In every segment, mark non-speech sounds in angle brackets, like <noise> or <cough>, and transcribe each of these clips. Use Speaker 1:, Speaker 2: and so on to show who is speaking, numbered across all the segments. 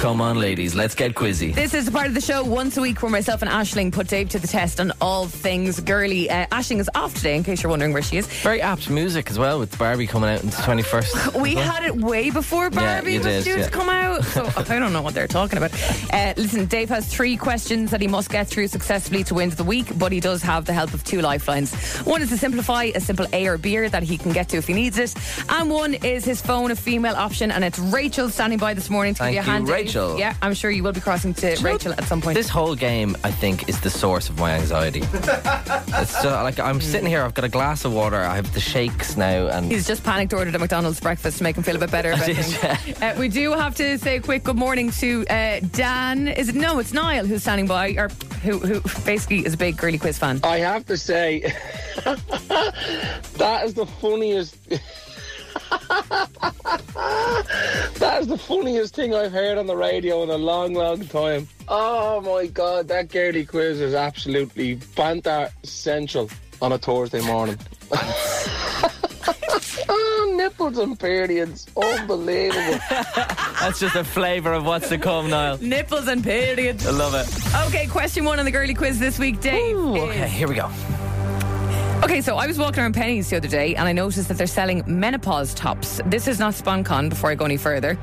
Speaker 1: Come on, ladies, let's get quizzy.
Speaker 2: This is the part of the show once a week where myself and Ashling put Dave to the test on all things girly. Uh, Ashling is off today, in case you're wondering where she is.
Speaker 1: Very apt music as well with Barbie coming out on the <laughs> 21st.
Speaker 2: We had it way before Barbie
Speaker 1: you
Speaker 2: was
Speaker 1: did,
Speaker 2: due
Speaker 1: yeah.
Speaker 2: to come
Speaker 1: <laughs>
Speaker 2: out, so I don't know what they're talking about. Uh, listen, Dave has three questions that he must get through successfully to win the week, but he does have the help of two lifelines. One is to simplify a simple A or B that he can get to if he needs it, and one is his phone, a female option, and it's Rachel standing by this morning to
Speaker 1: Thank
Speaker 2: give you
Speaker 1: you,
Speaker 2: a hand. Dave.
Speaker 1: Rachel.
Speaker 2: Yeah, I'm sure you will be crossing to Rachel at some point.
Speaker 1: This whole game, I think, is the source of my anxiety. it's so, like I'm sitting here, I've got a glass of water, I have the shakes now, and
Speaker 2: He's just panicked ordered a McDonald's breakfast to make him feel a bit better about things. Uh, we do have to say a quick good morning to uh, Dan. Is it no? It's Niall who's standing by, or who, who basically is a big girly quiz fan.
Speaker 3: I have to say, <laughs> that is the funniest. <laughs> that is the funniest thing I've heard on the radio in a long, long time. Oh my god, that girly quiz is absolutely banter central on a Thursday morning. <laughs> oh, nipples and periods, unbelievable.
Speaker 1: that's just a flavour of what's to come, Niall.
Speaker 2: Nipples and periods.
Speaker 1: I love it.
Speaker 2: Okay, question one on the girly quiz this week, Dave. is-
Speaker 1: Okay, here we go.
Speaker 2: Okay, so I was walking around Penny's the other day and I noticed that they're selling menopause tops. This is not SponCon before I go any further.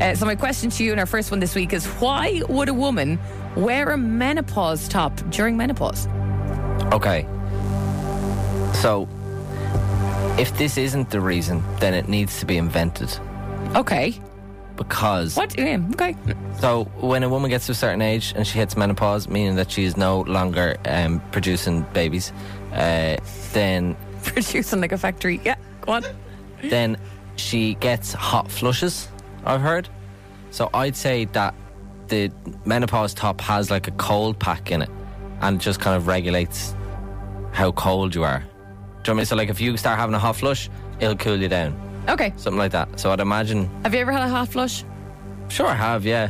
Speaker 2: Uh, so, my question to you and our first one this week is why would a woman wear a menopause top during menopause?
Speaker 1: Okay. So, if this isn't the reason, then it needs to be invented.
Speaker 2: Okay.
Speaker 1: Because.
Speaker 2: What? Yeah, okay.
Speaker 1: So, when a woman gets to a certain age and she hits menopause, meaning that she is no longer um, producing babies, uh, then
Speaker 2: Producing like a factory. Yeah, go on.
Speaker 1: then she gets hot flushes. I've heard. So I'd say that the menopause top has like a cold pack in it, and just kind of regulates how cold you are. Do you know what I mean? So like if you start having a hot flush, it'll cool you down,
Speaker 2: Okay.
Speaker 1: something like that. So I'd imagine.
Speaker 2: Have you ever had a hot flush?
Speaker 1: Sure, I have. Yeah,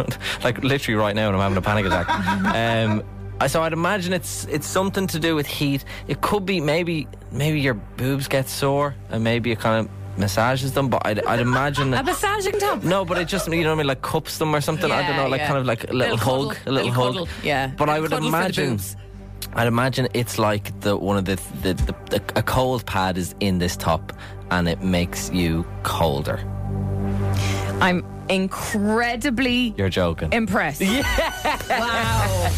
Speaker 1: <laughs> like literally right now, and I'm having a panic
Speaker 2: <laughs>
Speaker 1: attack. um, I- so I'd imagine it's it's something to do with heat. It could be maybe maybe your boobs get sore, and maybe it kind of massages them. But I'd, I'd imagine.
Speaker 2: <laughs> A massaging top?
Speaker 1: No, but it just you know what I mean, like cups them or something. I don't
Speaker 2: Yeah,
Speaker 1: know, like
Speaker 2: yeah.
Speaker 1: kind of like a little, hug,
Speaker 2: cuddle,
Speaker 1: a little, hug.
Speaker 2: cuddle, Yeah.
Speaker 1: But I
Speaker 2: Little
Speaker 1: would
Speaker 2: cuddle for the
Speaker 1: imagine-
Speaker 2: boobs.
Speaker 1: I'd imagine it's like the one of the the, the the a cold pad is in this top, and it makes you colder.
Speaker 2: I'm incredibly
Speaker 1: You're joking.
Speaker 2: impressed. Wow.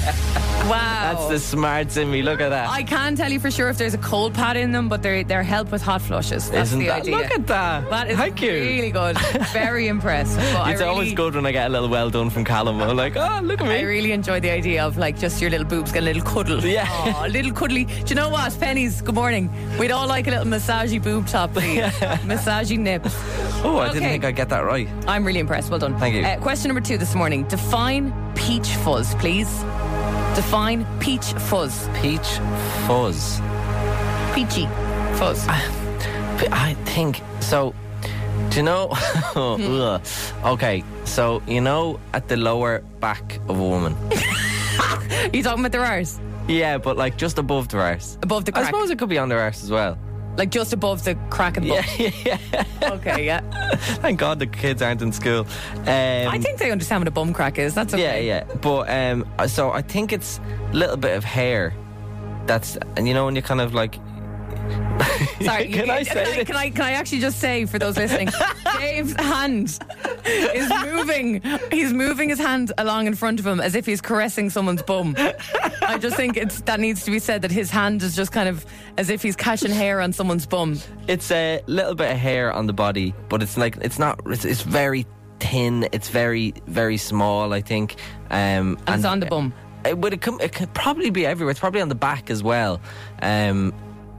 Speaker 2: Wow.
Speaker 1: That's the smarts in me. Look at that.
Speaker 2: I can tell you for sure if there's a cold pad in them, but they're they're help with hot flushes. That's
Speaker 1: Isn't
Speaker 2: the
Speaker 1: that?
Speaker 2: idea.
Speaker 1: Look at that.
Speaker 2: that is
Speaker 1: Thank you. <laughs>
Speaker 2: really good. Very impressed. But I
Speaker 1: it's
Speaker 2: really,
Speaker 1: always good when I get a little well done from Callum. I'm like, oh, look at me.
Speaker 2: I really enjoy the idea of like just your little boobs get a little cuddle.
Speaker 1: Yeah.
Speaker 2: Aw, a little cuddly. Do you know what? Pennies, good morning. We'd all like a little massagey boob top, please.
Speaker 1: <laughs>
Speaker 2: massagey nips.
Speaker 1: oh, I didn't
Speaker 2: Okay.
Speaker 1: think I'd get that right.
Speaker 2: I'm really impressed. Well done.
Speaker 1: Thank you.
Speaker 2: Uh, question number two this morning. Define peach fuzz, please. Define peach fuzz.
Speaker 1: Peach fuzz.
Speaker 2: Peachy fuzz.
Speaker 1: Ah. But I think so. Do you know? <laughs> Ugh. okay, so you know at the lower back of a
Speaker 2: <laughs>
Speaker 1: woman.
Speaker 2: you talking about their arse?
Speaker 1: yeah, but like just above the arse.
Speaker 2: Above the
Speaker 1: I
Speaker 2: crack.
Speaker 1: suppose it could be on the arse as well.
Speaker 2: Like just above the crack
Speaker 1: <laughs>
Speaker 2: and
Speaker 1: Yeah,
Speaker 2: bump.
Speaker 1: yeah, yeah. <laughs>
Speaker 2: Okay, yeah.
Speaker 1: Thank God the kids aren't in school. Um,
Speaker 2: I think they understand what a bum crack is. That's okay.
Speaker 1: Yeah, yeah. But um, so I think it's a little bit of hair. That's and you know when you kind of like. <laughs>
Speaker 2: Sorry,
Speaker 1: Can I say
Speaker 2: can I,
Speaker 1: this?
Speaker 2: can I can I actually just say for
Speaker 1: <laughs>
Speaker 2: those listening, Dave's hand is moving. He's moving his hand along in front of him as if he's caressing someone's bum. I just think it's that needs to be said that his hand is just kind of as if he's catching hair on someone's bum.
Speaker 1: It's a little bit of hair on the body, but it's like it's not. It's, it's very thin. It's very very small. I think. Um,
Speaker 2: And it's on the bum.
Speaker 1: It would it, come, it could probably be everywhere. It's probably on the back as well. Um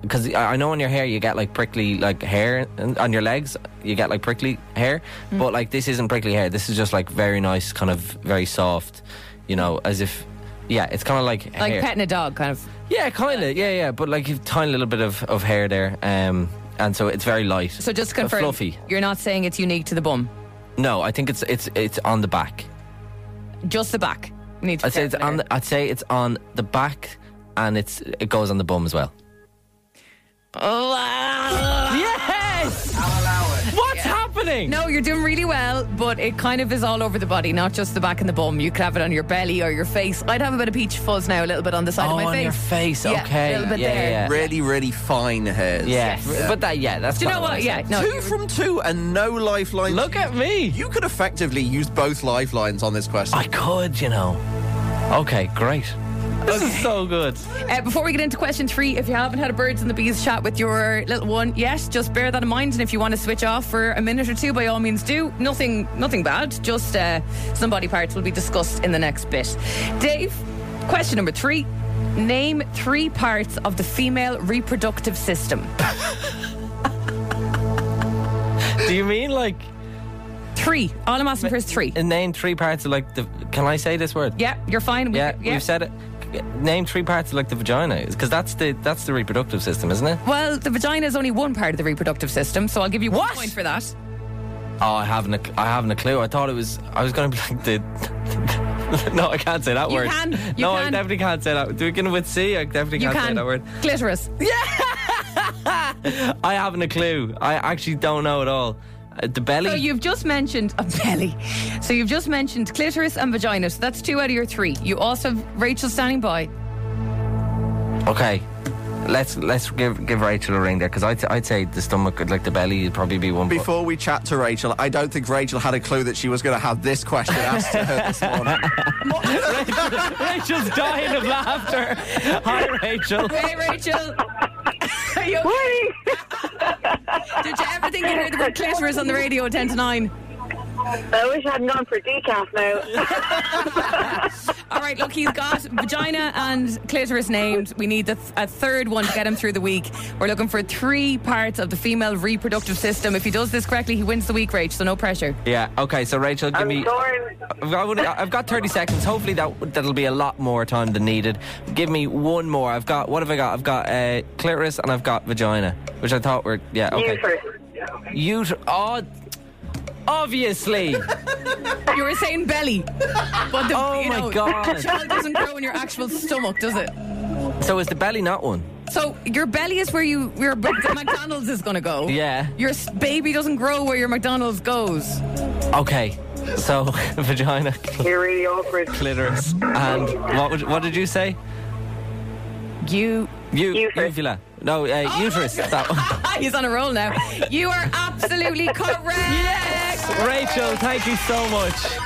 Speaker 1: 'cause because I I know on your hair you get like prickly like hair, and on your legs you get like prickly hair.
Speaker 2: Mm.
Speaker 1: But like this isn't prickly hair. This is just like very nice, kind of very soft. You know, as if yeah, it's kind of like
Speaker 2: Like
Speaker 1: hair.
Speaker 2: petting a dog kind of.
Speaker 1: Yeah, kind of. Yeah, yeah. But like a tiny little bit of, of hair there. Um, and so it's very light.
Speaker 2: So just to
Speaker 1: Uh,
Speaker 2: confirm
Speaker 1: Fluffy.
Speaker 2: you're not saying it's unique to the bum.
Speaker 1: No, I think it's it's it's on the back.
Speaker 2: Just the back. You need to
Speaker 1: I'd
Speaker 2: be
Speaker 1: say it's
Speaker 2: careful
Speaker 1: on
Speaker 2: there.
Speaker 1: the, I'd say it's on the back and it's it goes on the bum as well.
Speaker 2: Oh, ah.
Speaker 1: Yes! What's happening? anything.
Speaker 2: No, you're doing really well, but it kind of is all over the body, not just the back and the bum. You could have it on your belly or your face. I'd have a bit of peach fuzz now, a little bit on the side
Speaker 1: Oh,
Speaker 2: of my
Speaker 1: on
Speaker 2: face.
Speaker 1: your face.
Speaker 2: Yeah,
Speaker 1: okay.
Speaker 2: a little bit
Speaker 1: yeah,
Speaker 2: there.
Speaker 1: yeah, yeah.
Speaker 4: Really, really fine hairs.
Speaker 1: Yeah. But that, yeah, that's.
Speaker 2: Do you know
Speaker 1: kinda I
Speaker 2: what?
Speaker 1: said.
Speaker 2: Yeah, no. Uh,
Speaker 4: two
Speaker 2: you're-
Speaker 4: from two and no lifelines.
Speaker 1: Look at me.
Speaker 4: you could effectively use both lifelines on this question.
Speaker 1: I could, you know. Okay, great. This is so good.
Speaker 2: Uh, before we get into question three, if you haven't had a birds and the bees chat with your little one yet, just bear that in mind. And if you want to switch off for a minute or two, by all means do. Nothing, nothing bad. Just uh, some body parts will be discussed in the next bit. Dave, question number three: Name three parts of the female reproductive system.
Speaker 1: Do you mean like
Speaker 2: Three. All I'm asking for is three.
Speaker 1: name three parts of like the? Can I say this word?
Speaker 2: Yeah, you're fine. We-
Speaker 1: yeah, we've said it. Name three parts of like the vagina, because that's the that's the reproductive system, isn't it?
Speaker 2: Well, the vagina is only one part of the reproductive system, so I'll give you one
Speaker 1: What?
Speaker 2: point for that.
Speaker 1: Oh, I haven't a, cl- I haven't a clue. I thought it was. I was going to be like the. <laughs> no, I can't say that
Speaker 2: You
Speaker 1: word.
Speaker 2: can, you
Speaker 1: no, I
Speaker 2: can.
Speaker 1: definitely can't say that. Do we get with C? I definitely
Speaker 2: You
Speaker 1: can't say
Speaker 2: can.
Speaker 1: that word.
Speaker 2: Clitoris.
Speaker 1: I haven't a clue. I actually don't know at all. Uh, the belly.
Speaker 2: So you've just mentioned a belly. So you've just mentioned clitoris and vagina. So that's two out of your three. You also have Rachel standing by.
Speaker 1: okay. Let's let's give give Rachel a ring there because I'd, I'd say the stomach like the belly would probably be one. but-
Speaker 4: Before we chat to Rachel, I don't think Rachel had a clue that she was going to have this question asked to her
Speaker 2: <laughs>
Speaker 4: this morning.
Speaker 1: <laughs> Rachel's dying of laughter. Hi, Rachel.
Speaker 2: Hey, Rachel. Are you okay?
Speaker 5: Morning.
Speaker 2: <laughs> Did you ever think you heard the word clitoris on the radio at 10 to 9?
Speaker 5: I wish I hadn't gone for decaf now.
Speaker 2: All right, look, he's got vagina and clitoris named. We need the th- a third one to get him through the week. We're looking for three parts of the female reproductive system. If he does this correctly, he wins the week, Rach, so no pressure.
Speaker 1: Yeah. Okay. So Rachel, give
Speaker 5: I'm
Speaker 1: me.
Speaker 5: sorry.
Speaker 1: I've got- I would- I've got 30 seconds. Hopefully that that'll be a lot more time than needed. Give me one more. I've got what have I got? I've got uh, clitoris and I've got vagina, which I thought were yeah okay.
Speaker 5: You first.
Speaker 1: Uter- oh,
Speaker 2: <laughs>
Speaker 1: obviously.
Speaker 2: You were saying belly. But the,
Speaker 1: Oh
Speaker 2: you
Speaker 1: my
Speaker 2: know,
Speaker 1: God.
Speaker 2: The child doesn't grow in your actual stomach, does it?
Speaker 1: so is the belly not one?
Speaker 2: So your belly is where you your b- McDonald's is going to go.
Speaker 1: Yeah.
Speaker 2: Your s- baby doesn't grow where your McDonald's goes.
Speaker 1: Okay. So <laughs> vagina, cl-
Speaker 5: You're really awkward.
Speaker 1: clitoris, and what would, what did you say?
Speaker 2: You. <laughs>
Speaker 1: You,
Speaker 5: Uterus.
Speaker 1: Uvula. No,
Speaker 2: Oh
Speaker 1: uh, uterus. That one.
Speaker 2: He's on a roll now. You are
Speaker 1: <laughs>
Speaker 2: absolutely correct.
Speaker 1: Rachel, thank you so much.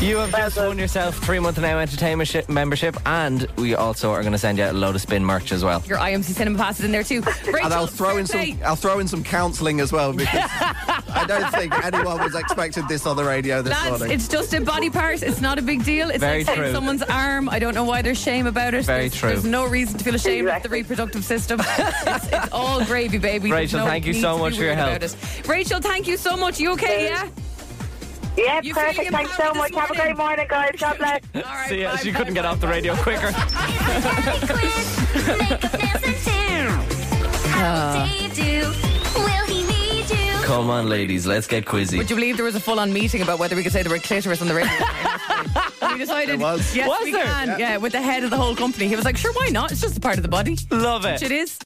Speaker 1: You have just won yourself three month now entertainment shi membership, and we also are going to send you out a load of spin merch as well.
Speaker 2: Your IMC cinema pass is in there too. <laughs> Rachel,
Speaker 4: and I'll throw in
Speaker 2: fair
Speaker 4: some.
Speaker 2: play.
Speaker 4: I'll throw in some counselling as
Speaker 2: <laughs>
Speaker 4: well because I don't think anyone was expected this on the radio this
Speaker 2: Lads,
Speaker 4: morning.
Speaker 2: it's just a body part. It's not a big deal. It's
Speaker 1: Very
Speaker 2: like saying
Speaker 1: true.
Speaker 2: someone's arm. I don't know why there's shame about it.
Speaker 1: Very
Speaker 2: there's,
Speaker 1: true.
Speaker 2: There's no reason to feel ashamed of the
Speaker 5: Exactly.
Speaker 2: reproductive system. it's, it's all gravy, baby. There's
Speaker 1: Rachel,
Speaker 2: no
Speaker 1: thank you
Speaker 2: need
Speaker 1: so
Speaker 2: to be
Speaker 1: much for your
Speaker 2: weird
Speaker 1: help.
Speaker 2: about it. Rachel, thank you so much. You okay? Yeah.
Speaker 5: Yeah,
Speaker 2: You feeling
Speaker 5: perfect. Thanks so
Speaker 2: empowered
Speaker 5: much.
Speaker 2: this
Speaker 5: Have a
Speaker 2: morning?
Speaker 5: great morning, guys. God bless.
Speaker 1: <laughs>
Speaker 2: All right.
Speaker 1: See ya.
Speaker 2: bye,
Speaker 1: She
Speaker 2: bye,
Speaker 1: couldn't get
Speaker 2: bye,
Speaker 1: off the
Speaker 2: bye.
Speaker 1: radio quicker. Come on, ladies, let's get quizzy.
Speaker 2: Would you believe there was a full-on meeting about whether we could say the word clitoris on the radio? <laughs> we decided,
Speaker 4: was.
Speaker 2: yes,
Speaker 1: Was
Speaker 2: we
Speaker 1: there?
Speaker 2: can. Yeah. with the head of the whole company. He was like, sure, why not? It's just a part of the body.
Speaker 1: Love it.
Speaker 2: Which it is.